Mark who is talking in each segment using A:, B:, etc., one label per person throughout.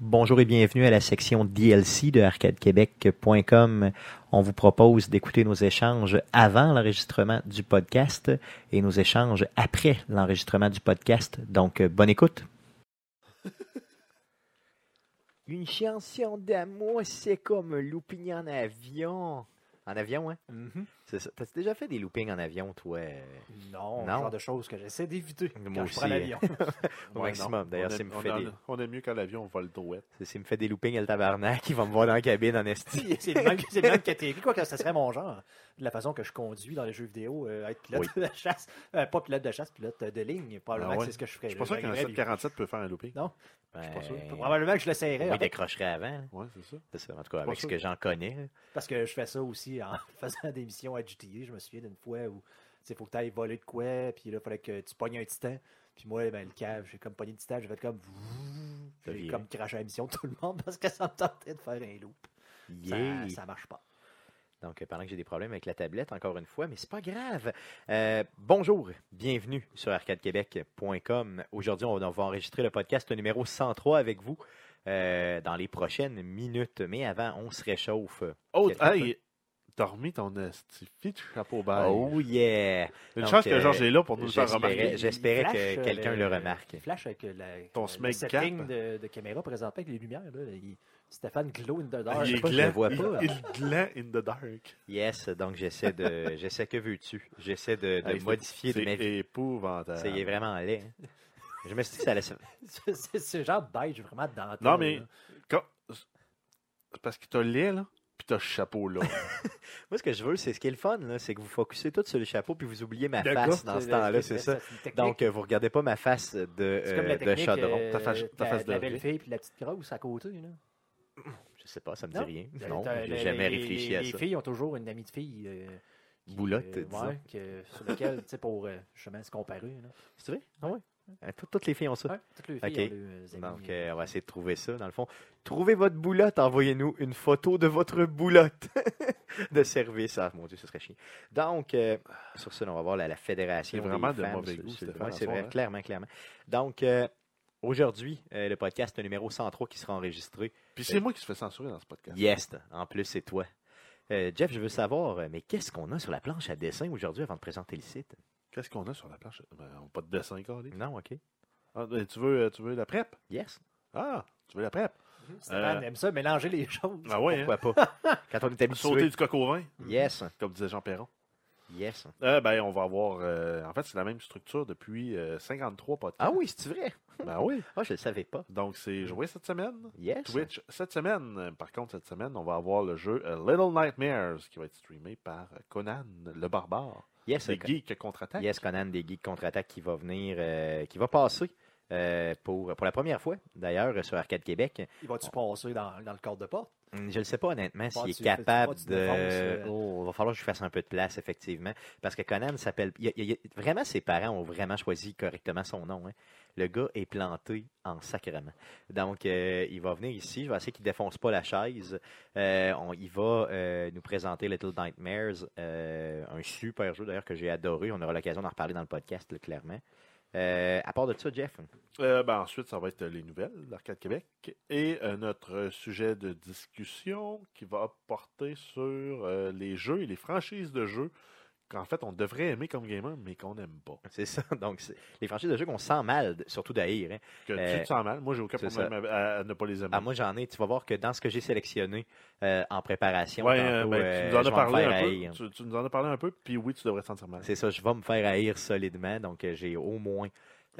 A: Bonjour et bienvenue à la section DLC de arcadequebec.com. On vous propose d'écouter nos échanges avant l'enregistrement du podcast et nos échanges après l'enregistrement du podcast. Donc, euh, bonne écoute. Une chanson d'amour, c'est comme un looping en avion. En avion, hein? C'est ça. T'as déjà fait des loopings en avion, toi? euh,
B: Non,
A: Non.
B: le genre de choses que j'essaie d'éviter quand
A: Moi
B: je
A: aussi, hein.
B: prends l'avion.
A: Au
B: Ouais,
A: maximum. D'ailleurs,
C: on,
A: c'est
C: aime,
A: me
C: on
A: fait
C: en-
A: des...
C: on aime mieux quand l'avion vole droite.
A: c'est- c'est me fait des loopings et le tabarnak. Ils vont me voir dans la cabine en esti.
B: C'est c'est le même, c'est le même catégorie, quoi que ça serait mon genre. De la façon que je conduis dans les jeux vidéo, euh, être pilote de chasse, euh, pas pilote de chasse, pilote de ligne, probablement
C: Ah
B: que
C: ouais.
B: c'est ce que je
A: Ben,
B: ferais.
C: Je suis pas sûr qu'un 747 peut faire un looping.
B: Non.
C: suis pas sûr.
B: Probablement que je l'essayerais,
A: Oui,
B: en fait,
A: décrocherait avant. là.
C: Ouais, c'est ça.
A: C'est ça. En tout cas,
C: suis
A: avec
C: pas
A: ce
C: sûr.
A: que j'en connais.
B: parce que je fais ça aussi en faisant des missions à GTA. Je me souviens d'une fois où il faut que tu ailles voler de quoi, puis là, il fallait que tu pognes un titan. Puis moi, ben, le cave, j'ai comme pogné le titan, j'ai fait comme...
A: T'as
B: J'ai
A: viré.
B: comme craché la mission de tout le monde parce que ça me tentait de faire un loop. Ça-
A: Yeah.
B: ça marche pas.
A: Donc, euh, pendant que j'ai des problèmes avec la tablette, encore une fois, mais c'est pas grave. Euh, bonjour, bienvenue sur arcadequebec.com. Aujourd'hui, on, on va enregistrer le podcast numéro 103 avec vous euh, dans les prochaines minutes. Mais avant, on se réchauffe.
C: Oh,
A: Quelqu'un
C: hey! T'as remis ton esti de chapeau bas.
A: Oh yeah!
C: Une
A: donc,
C: chance
A: euh,
C: que Georges est là pour nous le faire
A: j'espérais-
C: remarquer.
A: j'espérais
B: Il
A: que
B: flash,
A: quelqu'un
B: euh,
A: le remarque.
B: il Flash avec la,
C: Ton
B: le
C: smeg
B: setting
C: cap.
B: de, de caméra présenté avec les lumières. Là, il- Stéphane glow in the
A: je
B: dark.
C: Ah, il
A: sais
C: est
A: pas, je le
C: gland,
A: vois
C: il,
A: pas. hein.
C: il gland in the dark.
A: Yes, donc j'essaie de. j'essaie que veux-tu? J'essaie de, de
C: Hey, c'est-
A: modifier de
C: C'est
A: ma vie.
C: épouvantable.
A: C'est il est vraiment laid. hein. Je me suis dit que ça allait se-
B: C'est- C'est ce genre de beige vraiment dans
C: Non, mais quand- c'est parce que t'as lait, là, pis t'as ce chapeau, là.
A: Moi, ce que je veux, c'est ce qui est le fun, là, c'est que vous focussez tout sur le chapeau puis vous oubliez ma face dans ce temps-là, Ah, c'est ça. Donc,
B: Donc,
A: euh, vous regardez pas ma face de,
B: c'est comme
A: euh,
B: la
A: de
B: technique
A: chaudron.
B: euh,
C: Ta face-
B: de
C: ta
B: la-
C: face
B: de la
C: de-
B: belle fille puis de la petite grosse à côté. Là.
A: Je sais pas, ça me dit
B: Non.
A: rien.
B: T'as-
A: Non,
B: t'as-
A: j'ai
B: les-
A: jamais
B: les-
A: réfléchi
B: les,
A: à
B: les
A: ça.
B: filles ont toujours une amie de fille. euh, qui,
A: Boulotte,
B: euh,
A: disons.
B: ouais, que- sur laquelle, tu sais, pour euh, justement se comparer. là.
A: C'est vrai? Ah ouais. Euh, tout- Toutes les filles ont ça.
B: Ouais, toutes les filles
A: Ok.
B: ont leurs amis,
A: Donc,
B: euh,
A: euh, on va essayer de trouver ça, dans le fond. Trouvez votre boulotte, envoyez-nous une photo de votre boulotte de service. Ah, mon Dieu, ce serait chiant. Donc, euh, sur ce, on va voir la, la Fédération.
C: C'est vraiment
A: des
C: de
A: femmes
C: mauvais
A: sur-
C: goût,
A: sur-
C: Stéphane,
A: ouais,
C: à
A: c'est
C: soir,
A: vrai,
C: hein.
A: clairement, clairement. Donc, euh, aujourd'hui, euh, le podcast numéro 103 qui sera enregistré.
C: Puis c'est moi qui se fais censurer dans ce podcast.
A: Yes, en plus, c'est toi. Euh, Jeff, je veux savoir, euh, mais qu'est-ce qu'on a sur la planche à dessin aujourd'hui avant de présenter le site?
C: Qu'est-ce qu'on a sur la planche? Ben, on a pas de dessin, carré.
A: Non, OK.
C: Ah, ben, tu, veux, tu veux la prep?
A: Yes,
C: Ah, tu veux la prep?
B: Stéphane
C: euh,
B: aime ça, mélanger les choses.
C: Ah ouais, hein?
A: pourquoi pas? Quand on est
C: Sauter
A: habitué.
C: du coq au vin,
A: Yes,
C: comme disait Jean Perron.
A: yes.
C: Euh, ben, on va avoir. euh, en fait, c'est la même structure depuis euh, 53 podcasts.
A: Ah oui, c'est vrai?
C: Ben oui.
A: Ah, je ne savais pas.
C: Donc, c'est joué cette semaine.
A: Yes.
C: Twitch cette semaine. Euh, Par contre, cette semaine, on va avoir le jeu euh, Little Nightmares qui va être streamé par euh, Conan le barbare.
A: Yes,
C: C'est
A: Con-
C: Geek contre-attaque.
A: yes, Conan des Geeks contre-attaque qui va venir, euh, qui va passer euh, pour, pour la première fois, d'ailleurs, sur Arcade Québec.
B: Il va-tu passer dans, dans le corps de porte?
A: Hum, Je ne sais pas honnêtement s'il
B: tu
A: est
B: fais-
A: capable
B: tu
A: de.
B: fais une défense, euh.
A: Oh, il va falloir que je fasse un peu de place, effectivement. Parce que Conan s'appelle. il y a- il y a- Vraiment, ses parents ont vraiment choisi correctement son nom. hein. Le gars est planté en sacrement. Donc, euh, il va venir ici. Je vais essayer qu'il ne défonce pas la chaise. Euh, on- il va euh, nous présenter Little Nightmares, euh, un super jeu d'ailleurs que j'ai adoré. On aura l'occasion d'en reparler dans le podcast, là, clairement. Euh, à part de ça, Jeff,
C: Euh, ben, ensuite, ça va être les nouvelles d'Arcade Québec et euh, notre sujet de discussion qui va porter sur euh, les jeux et les franchises de jeux qu'en fait, on devrait aimer comme gamer, mais qu'on n'aime pas.
A: c'est ça. Donc, c'est- les franchises de jeux qu'on sent mal, surtout d'haïr. hein.
C: Que
A: Euh,
C: tu te sens mal. Moi, j'ai aucun
A: c'est
C: problème à, à ne pas les aimer.
A: Ah, moi, j'en ai. Tu vas voir que dans ce que j'ai sélectionné euh, en préparation,
C: Ouais,
A: tantôt,
C: euh, ben,
A: euh,
C: tu nous en
A: je
C: as
A: vais me
C: parlé
A: faire
C: un
A: haïr.
C: peu. Tu, tu nous en as parlé un peu, puis oui, tu devrais te sentir mal.
A: C'est ça, je vais me faire haïr solidement. Donc, euh, j'ai au moins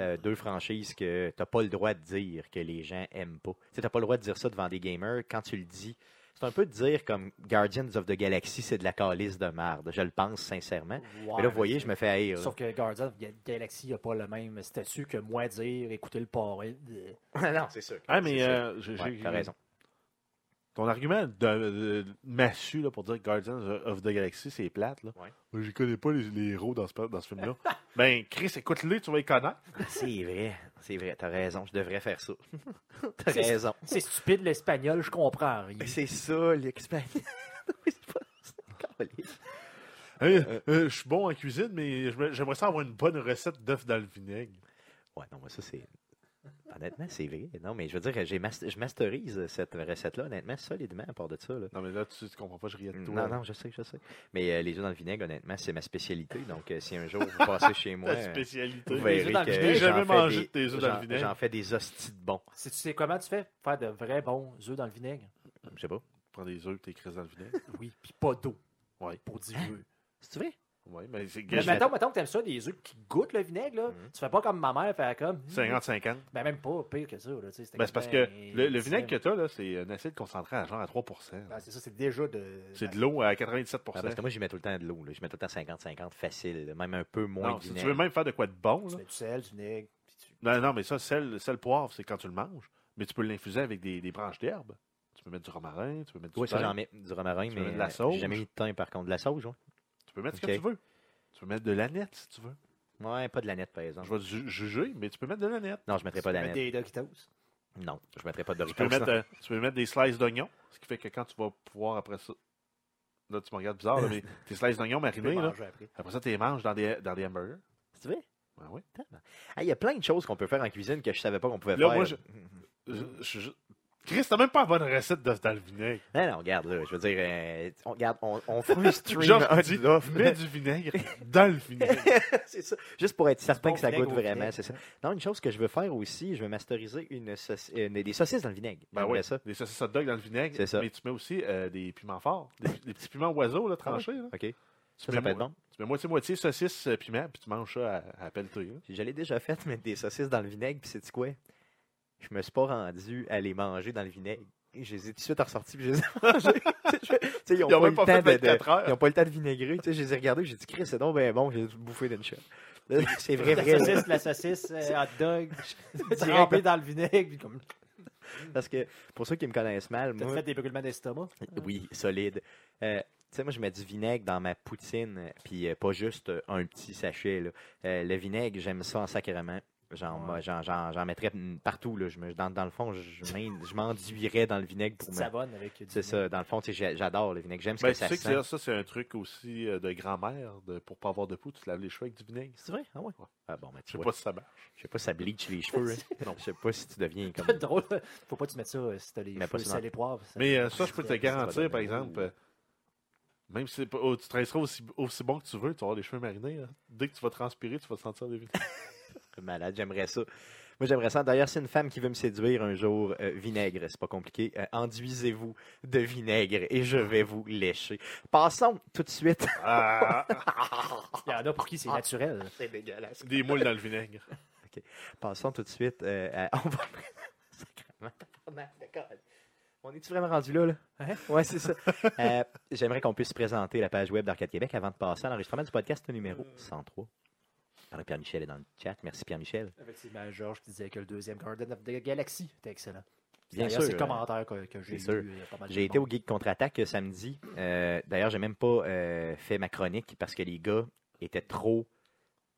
A: euh, deux franchises que tu n'as pas le droit de dire que les gens aiment pas. Tu n'as pas le droit de dire ça devant des gamers. Quand tu le dis, c'est un peu de dire comme Guardians of the Galaxy, c'est de la calice de marde. Je le pense sincèrement.
B: Ouais,
A: Hein? Mais là, vous voyez, je me fais haïr. là.
B: Sauf que Guardians of the Galaxy n'a pas le même statut que moi dire écouter le parrain.
A: non, c'est sûr.
C: Ah, mais
A: C'est sûr.
C: euh, j'ai
A: Ouais,
C: j'ai-
A: t'as raison.
C: ton argument de, de- massu là, pour dire que Guardians of the Galaxy, c'est plate. Là.
A: Ouais.
C: Moi, Je connais pas les, les héros dans ce, dans ce film-là. ben, Chris, écoute-les, tu vas les connaître.
A: C'est vrai, c'est vrai, t'as raison, je devrais faire ça. t'as
B: C'est-
A: raison.
B: C'est stupide l'espagnol, je comprends rien.
C: Ben,
A: Mais C'est ça, l'expérience. Oui, c'est pas- c'est câlisse.
C: Hey, euh, je suis bon en cuisine, mais je me- j'aimerais ça avoir une bonne recette d'œufs dans le vinaigre.
A: ouais, non, mais ça, c'est. Honnêtement, c'est vrai. Non, mais je veux dire, j'ai mas- je masterise cette recette-là, honnêtement, solidement, à part de ça. là.
C: Non, mais là, tu, tu comprends pas, Mm, je riais de toi.
A: Non, non, je sais, je sais. Mais euh, les œufs dans le vinaigre, honnêtement, c'est ma spécialité. Donc, euh, si un jour vous passez chez moi,
C: Ta
A: euh,
C: spécialité.
A: vous
B: Les
A: verrez
B: œufs dans le
A: que
C: Je
B: vinaigre,
C: n'ai jamais
A: j'en fais
C: mangé
A: des-
C: de tes œufs dans
A: j'en-
C: le vinaigre.
A: J'en fais des hosties de bons.
B: C'est- Tu sais comment tu fais pour faire de vrais bons œufs dans le vinaigre?
A: Je sais pas.
C: Prends des œufs et t'es dans le vinaigre.
B: Oui, puis pas d'eau.
C: Ouais.
B: Pour diluer.
A: C'est vrai?
C: Oui, mais c'est
B: Mais
A: je vais-
B: mettons, mettons que t'aimes ça, des œufs qui goûtent le vinaigre, là.
A: Mhm.
B: Tu fais pas comme ma mère, faire comme. hum,
C: 50-50.
B: Ben même pas pire que ça, là. tu sais, c'était
C: Ben, c'est
B: comme,
C: parce que
B: ben,
C: le, le vinaigre que
B: dix-neuf.
C: tu as, c'est un acide concentré à genre à 3
B: Ben, c'est ça, c'est déjà de.
C: C'est de l'eau à 97
A: Ah, parce que moi, j'y mets tout le temps de l'eau. là. Je mets tout le temps 50-50 facile, là. même un peu moins
C: Non,
A: de
C: si tu
A: vinaigre.
C: veux même faire de quoi de bon,
B: Tu
C: là.
B: mets du sel, du vinaigre. puis tu-
C: Non, non, mais ça, sel, sel poivre, c'est quand tu le manges. Mais tu peux l'infuser avec des, des branches d'herbe. Tu peux mettre du romarin, tu peux mettre du
A: Oui, ça,
C: thym,
A: j'en mets du romarin,
C: Tu
A: mais
C: mets de la
A: euh,
C: sauge?
A: j'ai jamais mis de thym, par contre. De la sauge, oui.
C: Tu peux mettre ce
A: Ok.
C: que tu veux. Tu peux mettre de l'aneth si tu veux.
A: Ouais, pas de l'aneth, par exemple.
C: Je vais ju- juger, mais tu peux mettre de l'aneth.
A: Non, je mettrai pas
B: tu mets
A: d'aneth.
B: des Doritos.
A: Non, je mettrai pas de
C: Tu peux,
A: Doritos.
C: mettre,
A: non.
C: euh, tu peux mettre des slices d'oignons, ce qui fait que quand tu vas pouvoir après ça. Là, tu me regardes bizarre, là, mais tes slices d'oignons
B: Tu peux
C: marinés, là,
B: manger après.
C: après ça, tu les manges dans des, dans des hamburgers.
A: C'est vrai?
C: Ben oui.
A: Ah, Il y a plein de choses qu'on peut faire en cuisine que je savais pas qu'on pouvait
C: Là,
A: faire.
C: moi, je- Je- Euh, je- je- Chris, t'as même pas la bonne recette d'œufs dans le vinaigre.
A: Non, non, regarde, là, je veux dire, euh, on, regarde, on, on fait un stream.
C: Genre,
A: un
C: dit,
A: de l'offre.
C: mets du vinaigre dans le vinaigre.
A: c'est ça. Juste pour être certain
B: bon
A: que ça
B: vinaigre
A: goûte
B: au
A: vraiment,
B: vinaigre.
A: c'est ça. Non, une chose que je veux faire aussi, je veux masteriser une sauc- euh, des saucisses dans le vinaigre.
C: Ben
A: J'aimerais
C: oui,
A: ça.
C: des saucisses hot dog dans le vinaigre.
A: C'est ça.
C: Mais tu mets aussi euh, des piments forts, des, des petits piments oiseaux là, tranchés. là.
A: OK.
C: Tu,
A: Ah Ça,
C: mets
A: ça peut
C: mo-
A: être bon.
C: tu mets moitié-moitié saucisse, euh, piment, puis tu manges ça à, à pelleter. là.
A: J'allais déjà fait mettre des saucisses dans le vinaigre, puis c'est quoi? Je me suis pas rendu à les manger dans le vinaigre. Je les ai tout de suite ressortis, puis je les ai mangés. Tu sais, ils n'ont
C: Ils
A: pas, eu
C: ont même
A: le
C: pas
A: temps
C: fait
A: de- de,
C: 24
A: Ils
C: heures.
A: n'ont pas le temps de vinaigrer. Tu sais, je les ai regardés, j'ai dit, Chris, c'est donc bien bon, j'ai tout bouffé d'une shot. Là, C'est vrai,
B: La
A: vrai. là.
B: saucisse, la saucisse, euh, hot dog, trempé
A: Direct,
B: dans le vinaigre, puis comme
A: parce que pour ceux qui me connaissent mal,
B: t'as
A: moi,
B: fait des brûlements d'estomac.
A: oui, solide. Euh, tu sais, moi, je mets du vinaigre dans ma poutine, puis euh, pas juste euh, un petit sachet. là. Euh, le vinaigre, j'aime ça en sacrément. J'en,
B: Ouais.
A: moi, j'en, j'en, j'en mettrais mm, partout. Là. Je me, dans, dans le fond, je, m'in- je m'enduirais dans le vinaigre pour
B: Petite
A: me...
B: savonne avec du
A: C'est
B: vinaigre.
A: ça. Dans le fond, tu sais, j'ai- j'adore le vinaigre. J'aime ce
C: Ben,
A: que
C: tu
A: ça
C: sais que
A: sent.
C: ça, ça, c'est un truc aussi euh, de grand-mère, de, pour pas avoir de poux, tu te laves les cheveux avec du vinaigre.
A: C'est vrai? Ah ouais?
C: Ouais.
A: Ah bon, mais tu
C: Je sais
A: vois,
C: pas si ça marche.
A: je sais pas si ça bleach les cheveux. hein. Non, je sais pas si tu deviens comme...
B: C'est drôle. là. Faut pas que tu mettes ça euh, si t'as les
A: Mais
B: cheveux
A: pas sur-
B: salés poivres. ça-
C: Mais euh, ça, je peux te
B: C'est-
A: c'est
C: garantir,
A: pas
C: par
A: de-
C: exemple, euh, même si c'est pas- oh, tu te rinceras aussi, aussi bon que tu veux, tu vas avoir les cheveux marinés. hein. Dès que tu vas transpirer, tu vas sentir des vitamines.
A: Malade, j'aimerais ça. Moi, j'aimerais ça. D'ailleurs, c'est une femme qui veut me séduire un jour, euh, vinaigre, c'est pas compliqué. Euh, enduisez-vous de vinaigre et je vais vous lécher. Passons tout de suite.
C: Ah,
B: Il y en a pour qui c'est
A: Ah.
B: naturel.
A: C'est dégueulasse.
C: des moules dans le vinaigre.
A: Passons tout de suite. euh, à- On va. Sacrément. Tabarnak, d'accord. On est-tu vraiment rendu là, là? Hein? Ouais, c'est ça. Euh, j'aimerais qu'on puisse présenter la page web d'Arcade Québec avant de passer à l'enregistrement du podcast numéro 103. Alors, Pierre-Michel est dans le chat. Merci, Pierre-Michel.
B: Effectivement, Georges qui disait que le deuxième Garden of the Galaxy était excellent.
A: Bien
B: D'ailleurs,
A: sûr,
B: C'est le
A: euh,
B: commentaire que, que j'ai
A: bien sûr.
B: lu. euh, pas mal
A: J'ai
B: de
A: été au
B: monde.
A: Geek Contre-Attaque euh, samedi. Euh, D'ailleurs, j'ai même pas euh, fait ma chronique parce que les gars étaient trop,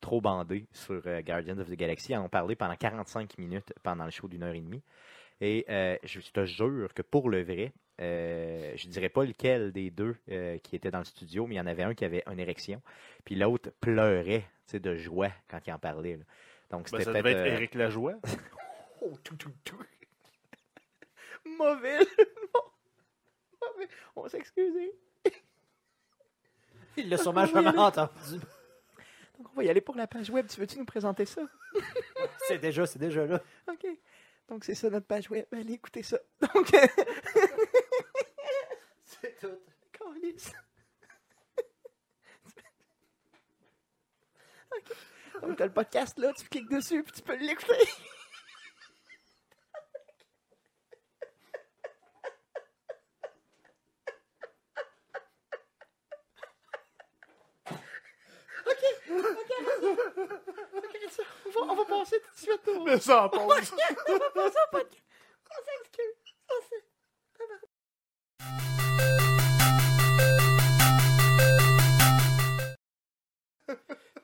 A: trop bandés sur euh, Guardians of the Galaxy. Ils en ont parlé pendant 45 minutes pendant le show d'une heure et demie. Et euh, je te jure que pour le vrai, euh, je dirais pas lequel des deux euh, qui était dans le studio, mais il y en avait un qui avait une érection, puis l'autre pleurait tu sais, de joie quand il en parlait. là. Donc
C: Ben,
A: c'était
C: ça
A: peut-être
C: devait être
A: euh,
C: Éric Lajoie.
A: Oh, tout, tout, tout. Mauvais jeu de mots. Mauvais. On s'excuse. hein.
B: Il l'a sûrement jamais entendu.
A: Donc, on va y aller pour la page web. Tu veux-tu nous présenter ça?
B: C'est déjà, c'est déjà là.
A: OK. Donc, c'est ça notre page web. Allez, écoutez ça. Donc, euh,
B: C'est tout.
A: câlisse. OK. Donc, t'as le podcast là. Tu cliques dessus puis tu peux l'écouter. On va, on va passer tout de suite au.
C: Mais ça en pause.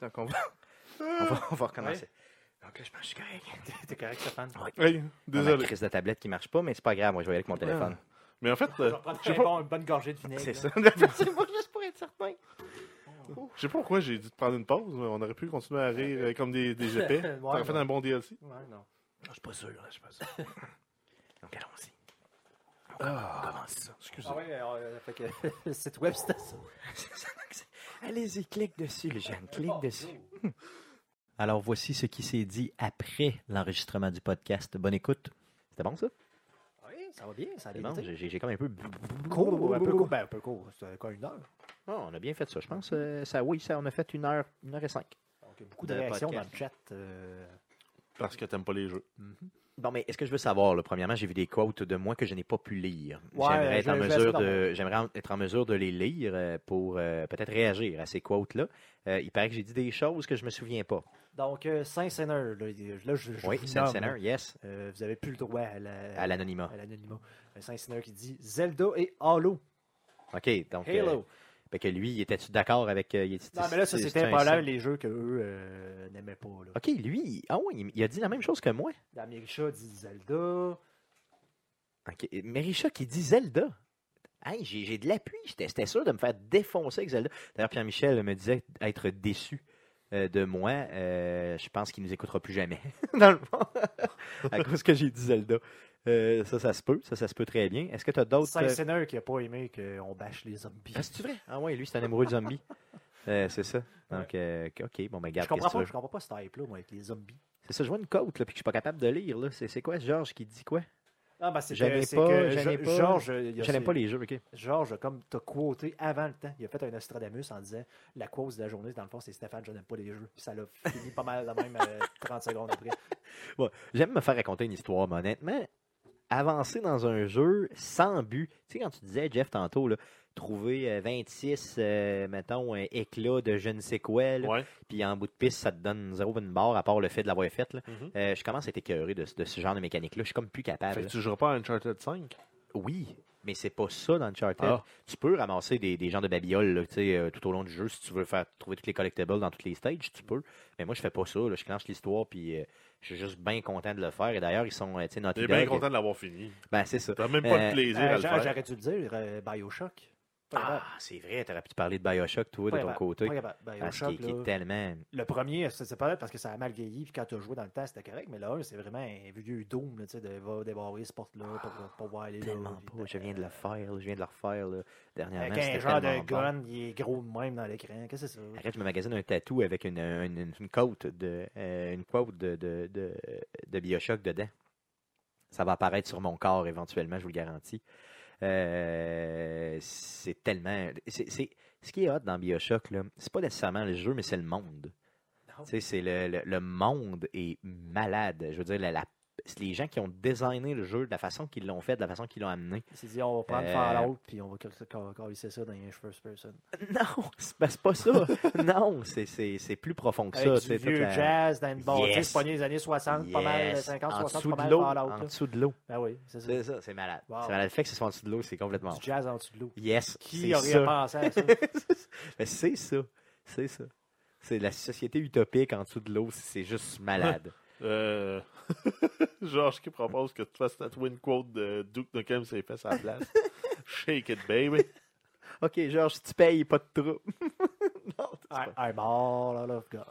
A: Donc, on va, on va, on va recommencer. Donc là, je pense que je suis correct.
B: T'es correct, Stéphane?
A: Ouais.
C: Hey,
A: On a une
C: désolé.
A: crise de tablette qui marche pas, mais c'est pas grave. Moi, je vais y aller avec mon téléphone.
D: Ah,
C: Mais en fait,
B: Je
C: euh,
B: vais prendre
C: je sais
B: un
C: pas-
B: bon- une bonne gorgée de vinaigre.
A: bah, C'est
B: là.
A: ça. c'est moi juste pour être certain.
C: je sais pas pourquoi j'ai dit de prendre une pause. mais On aurait pu continuer à rire euh, comme des, des épais.
B: Ouais,
C: T'aurais fait
B: ouais.
C: un bon DLC.
B: Ouais, non.
D: Je suis pas sûr, là, je suis pas sûr. Donc allons-y.
C: Ah,
D: Commence ça.
C: excusez.
B: Ah ouais, euh, fait que le site web, c'était ça.
A: Ah, Allez-y, clique dessus, les jeunes,
B: Oh,
A: clique dessus. Alors, voici ce qui s'est dit après l'enregistrement du podcast. Bonne écoute. C'était bon, ça?
B: oh, Oui, ça va bien, ça a
A: C'est
B: bien
A: bon,
B: été.
A: j'ai j'ai comme un peu...
B: Court, un peu court, ben, un peu court, c'était encore une heure.
A: Oh, on a bien fait ça, je pense. euh, ça, oui, ça, on a fait une heure, une heure et cinq.
B: Donc, il y a beaucoup de,
A: De
B: réactions
A: podcast.
B: dans le chat. euh,
C: Parce que t'aimes pas les jeux.
A: Bon, mais est-ce que je veux savoir, là, premièrement, j'ai vu des quotes de moi que je n'ai pas pu lire.
B: Ouais,
A: j'aimerais,
B: je-
A: être en
B: je vais
A: mesure
B: essayer
A: de, j'aimerais en- être en mesure de les lire euh, pour euh, peut-être réagir à ces quotes-là. Euh, il paraît que j'ai dit des choses que je me souviens pas.
B: Donc, euh, Saint-Séneur, là, il- là, je, je
A: Oui,
B: vous
A: c'est
B: nomme,
A: Senner, yes,
B: euh, vous avez plus le droit à la-
A: à l'anonymat.
B: à l'anonymat. Euh, Saint-Séneur qui dit Zelda et Halo.
A: OK, donc... euh,
B: Halo.
A: fait que lui, il était-tu d'accord avec... euh, il était-
B: non, mais là, ça,
A: c'est-
B: c'était
A: c'est un
B: pas là
A: signe.
B: les jeux qu'eux euh, n'aimaient pas. Là.
A: OK, lui, ah oui, il- il a dit la même chose que moi.
B: La Mirisha dit Zelda.
A: OK. Merisha qui dit Zelda. Hey, j'ai j'ai de l'appui. J'étais j'étais sûr de me faire défoncer avec Zelda. D'ailleurs, Pierre-Michel me disait être déçu euh, de moi. Euh, je pense qu'il nous écoutera plus jamais, dans le fond, à cause que j'ai dit Zelda. Euh, ça, ça se peut. Ça, ça se peut très bien. Est-ce que tu as d'autres... euh,
B: Saint-Séneur qui a pas aimé qu'on bâche les zombies.
A: Ah, c'est vrai? Ah ouais, lui, c'est un amoureux de zombies. Euh, c'est ça. Donc, euh, OK, bon, mais
B: Je
A: garde,
B: comprends
A: qu'est-ce que
B: pas,
A: tu
B: je
A: veux?
B: comprends pas ce hype-là, moi, avec les zombies.
A: C'est ça, je vois une côte, là, puis que je suis pas capable de lire, là. C'est c'est quoi, Georges, qui dit quoi?
B: Ah, ben, c'est
A: J'aimais
B: que, c'est
A: pas,
B: que
A: j'aimais
B: Jo-
A: pas.
B: Georges, il a-
A: J'aime pas les jeux, OK.
B: Georges, comme t'as quoté avant le temps, il a fait un Nostradamus en disant la cause de la journée, dans le fond, c'est Stéphane, je n'aime pas les jeux. Puis ça l'a fini pas mal la même euh, 30 secondes après.
A: Ouais, J'aime me faire raconter une histoire, mais honnêtement, avancer dans un jeu sans but, tu sais, quand tu disais, Jeff, tantôt, là, trouver euh, 26, euh, mettons, un éclat de je ne sais quoi, là,
C: Ouais.
A: puis en bout de piste, ça te donne zéro bonne barre, à part le fait de l'avoir faite. là.
C: Mhm.
A: Euh, je commence à être écœuré de, ce- de ce genre de mécanique-là. Je suis comme plus
C: Fait
A: capable.
C: que tu joueras pas à Uncharted 5?
A: Oui, mais c'est pas ça dans Uncharted.
C: Ah.
A: Tu peux ramasser des, des gens de babioles là, tu sais, euh, tout au long du jeu si tu veux faire trouver toutes les collectibles dans toutes les stages, tu peux. Mais moi, je fais pas ça. là. Je clenche l'histoire puis euh, je suis juste bien content de le faire. Et d'ailleurs, ils sont, euh, tu sais, Naughty
C: T'es bien
A: Dog,
C: content de l'avoir fini.
A: ben, c'est ça.
C: T'as même pas
A: Euh,
C: de plaisir à
B: Euh,
C: le
B: Jean-
C: faire.
B: J'aurais dû le dire, euh, Bioshock. Pas
A: Ah,
B: capable.
A: c'est vrai, t'aurais pu parler de Bioshock, toi,
B: Pas
A: de ton
B: capable.
A: côté.
B: Pas capable.
A: Parce qu'il
B: Bioshock,
A: qu'il est
B: là,
A: tellement.
B: le premier, ça, c'est pas vrai parce que ça a mal vieilli, puis quand tu as joué dans le temps, c'était correct, mais là, c'est vraiment un vieux Doom, là, tu sais, de va débarrer ce porte-là, pour pour pouvoir aller là.
A: Tellement
B: puis-
A: pas. Je viens de le faire, là, je viens de le refaire là. dernièrement.
B: Avec un
A: c'était
B: genre de
A: tellement bon.
B: gun, il est gros de même dans l'écran. Qu'est-ce que c'est ça?
A: Arrête, je me magasine un tatou avec une, une, une- une côte de euh, une quote de, de, de, de Bioshock dedans. Ça va apparaître sur mon corps éventuellement, je vous le garantis. Euh, c'est tellement. c'est- c'est- ce qui est hot dans Bioshock, là, c'est pas nécessairement le jeu, mais c'est le monde.
B: Non.
A: Tu sais, c'est le, le- le monde est malade. Je veux dire, la- la- c'est les gens qui ont designé le jeu de la façon qu'ils l'ont fait, de la façon qu'ils l'ont amené.
B: Il s'est dit, on va prendre
A: Euh,
B: Fallout, puis on va cal- cal- calisser ça dans les first person.
A: Non, c'est ben, c'est pas ça. non, c'est- c'est c'est plus profond que ça.
B: Avec
A: tu
B: du
A: sais, toute
B: vieux
A: la-
B: jazz dans une bâtisse
A: Yes.
B: pognée des années 60, pas mal,
A: Yes.
B: 50,
A: en
B: 60,
A: dessous
B: pas
A: de
B: mal
A: l'eau,
B: Fallout.
A: En
B: là.
A: dessous de l'eau.
B: Ben oui, c'est ça.
A: C'est ça, c'est malade.
B: Wow.
A: C'est malade. Le fait que ce soit en dessous de l'eau, c'est complètement.
B: Du jazz en dessous de l'eau.
A: Yes,
B: Qui
A: c'est
B: aurait
A: ça.
B: pensé à ça?
A: Mais c'est ça. C'est ça. C'est la société utopique en dessous de l'eau, c'est juste malade.
C: Euh... Georges qui propose que tu fasses tatouer une quote de Duke Nukem s'est fait sa place. Shake it, baby.
A: ok, Georges, si tu payes, pas de trou. non, c'est
B: Un- Un mort, là, Love Gun.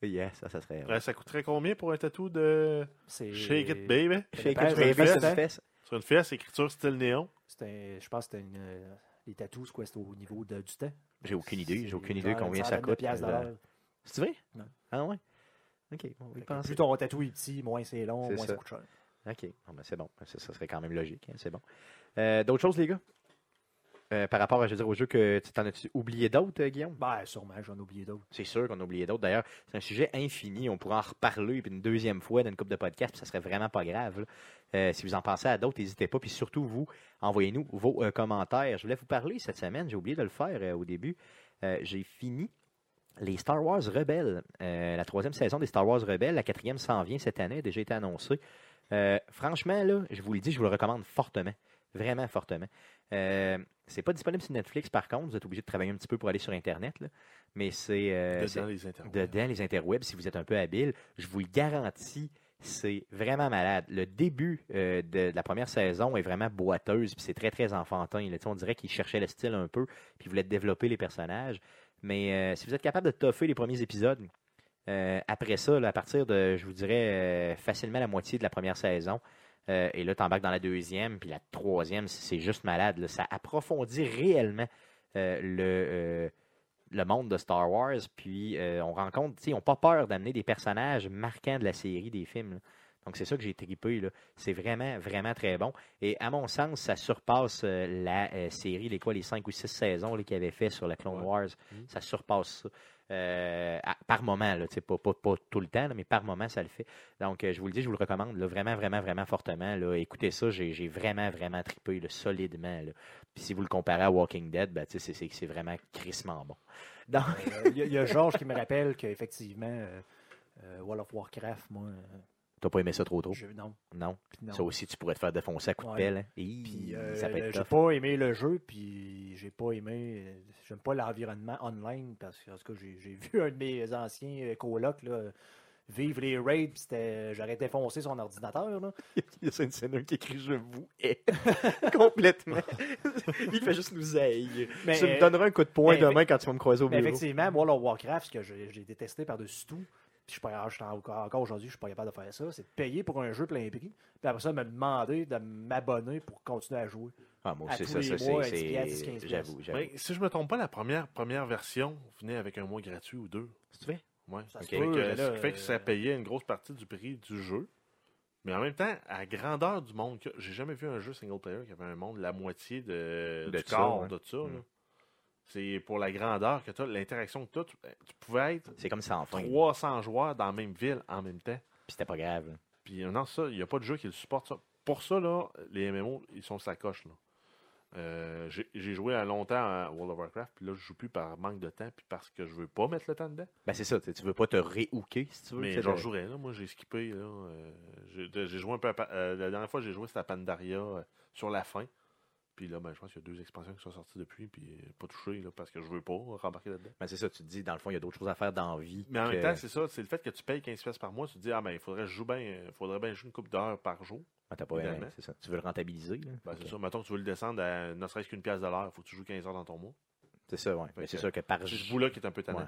A: pas. Yes, ça, ça serait.
C: Euh, ça coûterait combien pour un tatou de
B: C'est-
C: Shake it, baby?
A: Shake
B: Ça
A: it,
B: pèse
A: baby,
B: sur une
A: sur une
B: fesse, hein?
A: fesse.
C: Sur une fesse, écriture style néon.
B: C'est un- Je pense que c'est une. euh, Les tatous, quoi, c'est au niveau de- du temps.
A: J'ai aucune idée. J'ai aucune
B: C'est
A: idée
B: genre
A: combien
B: une
A: ça
B: centaine de
A: coûte.
B: piastres
A: mais, euh,
B: dollars.
A: C'est vrai?
B: Non.
A: Ah ouais? Ok, on va
B: Fait
A: y
B: que
A: penser.
B: Plus ton tatou est petit, moins c'est long,
A: C'est
B: moins ça,
A: ça.
B: coûte cher.
A: OK. Bon, ben, c'est bon. Ça, ça serait quand même logique. hein, C'est bon. Euh, d'autres choses, les gars? Euh, par rapport à, je veux dire, au jeu que tu t'en as-tu oublié d'autres, euh, Guillaume?
B: Ben, sûrement, j'en ai oublié d'autres.
A: C'est sûr qu'on a oublié d'autres. D'ailleurs, c'est un sujet infini. On pourra en reparler puis une deuxième fois dans une coupe de podcast. puis Ça serait vraiment pas grave. là. Euh, si vous en pensez à d'autres, n'hésitez pas. Puis surtout, vous, envoyez-nous vos euh, commentaires. Je voulais vous parler cette semaine. J'ai oublié de le faire euh, au début. Euh, J'ai fini les Star Wars Rebelles. Euh, la troisième saison des Star Wars Rebelles. La quatrième s'en vient cette année. a déjà été annoncée. Euh, franchement, là, je vous le dis, je vous le recommande fortement. Vraiment fortement. Euh, c'est pas disponible sur Netflix, par contre. Vous êtes obligé de travailler un petit peu pour aller sur Internet. là. Mais c'est. euh, c'est-
C: Dedans les interviews.
A: dedans les interwebs si vous êtes un peu habile. Je vous le garantis, c'est vraiment malade. Le début euh, de, de la première saison est vraiment boiteuse, puis c'est très, très enfantin. là. Tu sais, On dirait qu'ils cherchaient le style un peu, puis ils voulaient développer les personnages. Mais euh, si vous êtes capable de toffer les premiers épisodes, Euh, après ça, là, à partir de, je vous dirais, euh, facilement la moitié de la première saison, euh, et là, tu embarques dans la deuxième, puis la troisième, c- c'est juste malade. là. Ça approfondit réellement euh, le, euh, le monde de Star Wars, puis euh, on rencontre, tu sais, ils n'ont pas peur d'amener des personnages marquants de la série, des films. là. Donc, c'est ça que j'ai tripé. là. C'est vraiment, vraiment très bon. Et à mon sens, ça surpasse euh, la euh, série, les quoi, les cinq ou six saisons là, qu'il avait fait sur la Clone
C: Ouais.
A: Wars.
C: Mhm.
A: Ça surpasse ça. Euh, à- par moment, là, tu sais, pas, pas, pas tout le temps, là, mais par moment, ça le fait. Donc, euh, je vous le dis, je vous le recommande là, vraiment, vraiment, vraiment fortement. là. Écoutez ça, j'ai j'ai vraiment, vraiment trippé là, solidement. là. Puis si vous le comparez à Walking Dead, ben, tu sais, c'est- c'est c'est vraiment crissement bon. Donc,
B: Euh, Il y, a- il y a Georges qui me rappelle qu'effectivement, euh, euh, World of Warcraft, moi, euh,
A: t'as pas aimé ça trop trop?
B: je, non,
A: Non.
B: puis non.
A: Ça aussi, tu pourrais te faire défoncer à coups
B: Ouais.
A: de pelle. hein. Hi,
B: Puis, euh,
A: ça peut être
B: j'ai
A: tough.
B: pas aimé le jeu, puis j'ai pas aimé, euh, j'aime pas l'environnement online, parce que, en tout cas, j'ai j'ai vu un de mes anciens euh, colocs, là, vivre les raids, puis c'était- j'aurais défoncé son ordinateur, là.
A: Il y a Saint Senna qui écrit Je vous hais complètement. Il fait juste nous haïr.
B: Mais, euh,
A: tu me donneras un coup de poing
B: mais
A: demain quand tu vas me croiser au
B: Mais
A: bureau.
B: effectivement, World of Warcraft, ce que j'ai j'ai détesté par-dessus tout, puis je suis pas, ah, je suis encore, encore aujourd'hui, je suis pas capable de faire ça, c'est de payer pour un jeu plein prix, puis après ça, me demander de m'abonner pour continuer à jouer.
A: Ah, moi
B: à
A: aussi,
B: tous
A: ça,
B: les
A: ça,
B: mois,
A: c'est.
B: 10 piastres, 10,
A: c'est-
B: 15
A: J'avoue, j'avoue.
C: Ben, si je me trompe pas, la première, première version venait avec un mois gratuit ou deux.
A: Si tu veux.
C: Ouais.
B: Ça
C: Fait
B: se
C: que-
B: peut,
C: que-
B: mais
C: ce
B: là,
C: qui fait que ça
B: euh,
C: payait une grosse partie du prix du jeu. Mais en même temps, à grandeur du monde, que- j'ai jamais vu un jeu single player qui avait un monde la moitié de,
A: De
C: du
A: ça,
C: corps
A: ouais.
C: de ça.
A: Mm.
C: là. C'est pour la grandeur que tu as, l'interaction que tu as. Tu, tu pouvais être
A: C'est comme ça en fin. Puis
C: 300 joueurs dans la même ville en même temps.
A: c'était pas grave.
C: Puis euh, non, ça, il n'y a pas de jeu qui le supporte. Ça. Pour ça, là, les MMO, ils sont sacoches. Là. Euh, j'ai- J'ai joué à longtemps à World of Warcraft, puis là, je joue plus par manque de temps, puis parce que je veux pas mettre le temps dedans.
A: Ben, c'est ça. Tu sais, tu veux pas te réhooker si tu veux. tu
C: Mais
A: sais,
C: j'en
A: de-
C: jouerais, là. Moi, j'ai skippé, là. Euh, j'ai- de- j'ai joué un peu à Pa- euh, La dernière fois, j'ai joué, c'était à Pandaria euh, sur la fin. Puis là, ben, je pense qu'il y a deux expansions qui sont sorties depuis, puis euh, pas touché, là, parce que je veux pas rembarquer là-dedans.
A: Ben, c'est ça. Tu te dis, dans le fond, il y a d'autres choses à faire dans la vie.
C: Mais en
A: que-
C: même temps, c'est ça, c'est le fait que tu payes 15$ piastres par mois, tu te dis, ah ben, il faudrait que je joue bien, euh, faudrait bien jouer une coupe d'heures par jour.
A: Ah, t'as pas aimé,
C: Évidemment.
A: c'est ça. Tu veux le rentabiliser. là.
C: Ben,
A: Ok.
C: c'est ça. Mettons que tu veux le descendre à ne serait-ce qu'une pièce de l'heure, faut que tu joues 15 heures dans ton mois.
A: C'est ça, ouais. Mais
C: que-
A: c'est sûr que par
C: C'est ce
A: jour.
C: bout-là qui est un peu tannant.
A: Ouais.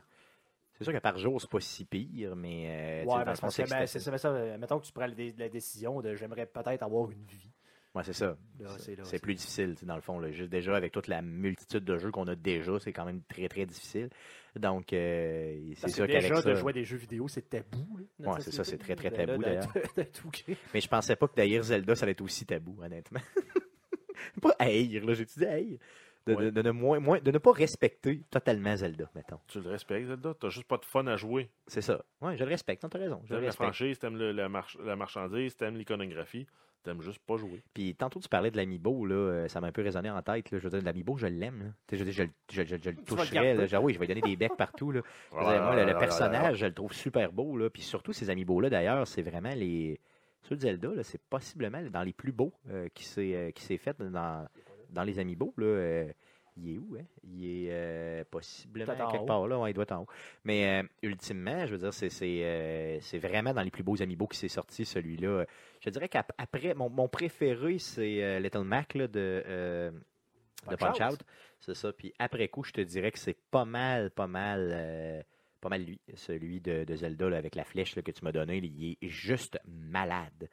A: C'est sûr que par jour, c'est pas si pire, mais. euh, tu sais, dans
B: Ouais, mais
A: le
B: c'est
A: fond,
B: parce que, ben,
A: excitant.
B: c'est ça, mais ça, euh, mettons que tu prends la, dé- la décision de j'aimerais peut-être avoir une vie.
A: Ouais, c'est ça.
B: Là, c'est là,
A: C'est plus difficile, tu sais, dans le fond. là. Juste déjà, avec toute la multitude de jeux qu'on a déjà, c'est quand même très, très difficile. Donc, euh, c'est
B: Parce
A: sûr
B: que déjà,
A: qu'avec ça...
B: de jouer à des jeux vidéo, c'est tabou. là, notre
A: Ouais, c'est ça,
B: société,
A: c'est très, très
B: là,
A: tabou,
B: de- de-
A: d'ailleurs.
B: de- d'être hooké.
A: Mais je pensais pas que d'ailleurs Zelda, ça allait être aussi tabou, honnêtement. pas haïr, là, j'ai dit haïr. De, de-
C: Ouais.
A: de ne moins, moins, de ne pas respecter totalement Zelda, mettons.
C: Tu le respectes, Zelda. T'as juste pas de fun à jouer.
A: C'est ça. Ouais, je le respecte, non, t'as raison. Je le
C: T'aimes la
A: respecte.
C: franchise, t'aimes le- la, march- la marchandise, t'aimes l'iconographie, t'aimes juste pas jouer.
A: Puis tantôt, tu parlais de l'amiibo, là, euh, ça m'a un peu résonné en tête. Là. Je veux dire, l'amiibo, je l'aime. là. Tu sais, Je, veux dire, je, le- je, je- je le
D: vas le
A: toucherais. là.
D: garder.
A: Genre, oui, je vais lui donner des becs partout. Là. Vous savez, moi, le, le personnage, je le trouve super beau. Là. Puis surtout, ces amiibo-là, d'ailleurs, c'est vraiment les. Ceux de Zelda, là, c'est possiblement dans les plus beaux euh, qui s'est euh, qui s'est fait dans, dans les amiibo. Là, Euh, il est où, hein? Il est euh, possiblement
B: Peut-être en
A: quelque
B: haut.
A: part là, ouais, il doit être en haut. Mais euh, ultimement, je veux dire, c'est c'est, euh, c'est vraiment dans les plus beaux amiibo qui s'est sorti celui-là. Je dirais qu'après, mon, mon préféré, c'est euh, Little Mac là, de, euh, de
B: Punch
A: Punch Out.
B: Out.
A: C'est ça. Puis après coup, je te dirais que c'est pas mal, pas mal, euh, pas mal lui, celui de, de Zelda là, avec la flèche là, que tu m'as donné. Il est juste malade.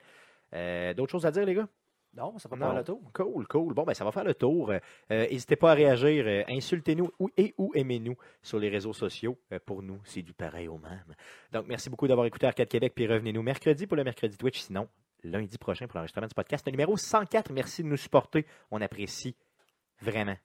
A: Euh, D'autres choses à dire, les gars?
B: Non, ça va
A: Non.
B: pas le tour.
A: Cool, cool. Bon, ben, ça va faire le tour. Euh, N'hésitez pas à réagir. Euh, Insultez-nous ou, et ou aimez-nous sur les réseaux sociaux. Euh, pour nous, c'est du pareil au même. Donc, merci beaucoup d'avoir écouté Arcade Québec. Puis revenez-nous mercredi pour le mercredi Twitch. Sinon, lundi prochain pour l'enregistrement du podcast numéro 104. Merci de nous supporter. On apprécie vraiment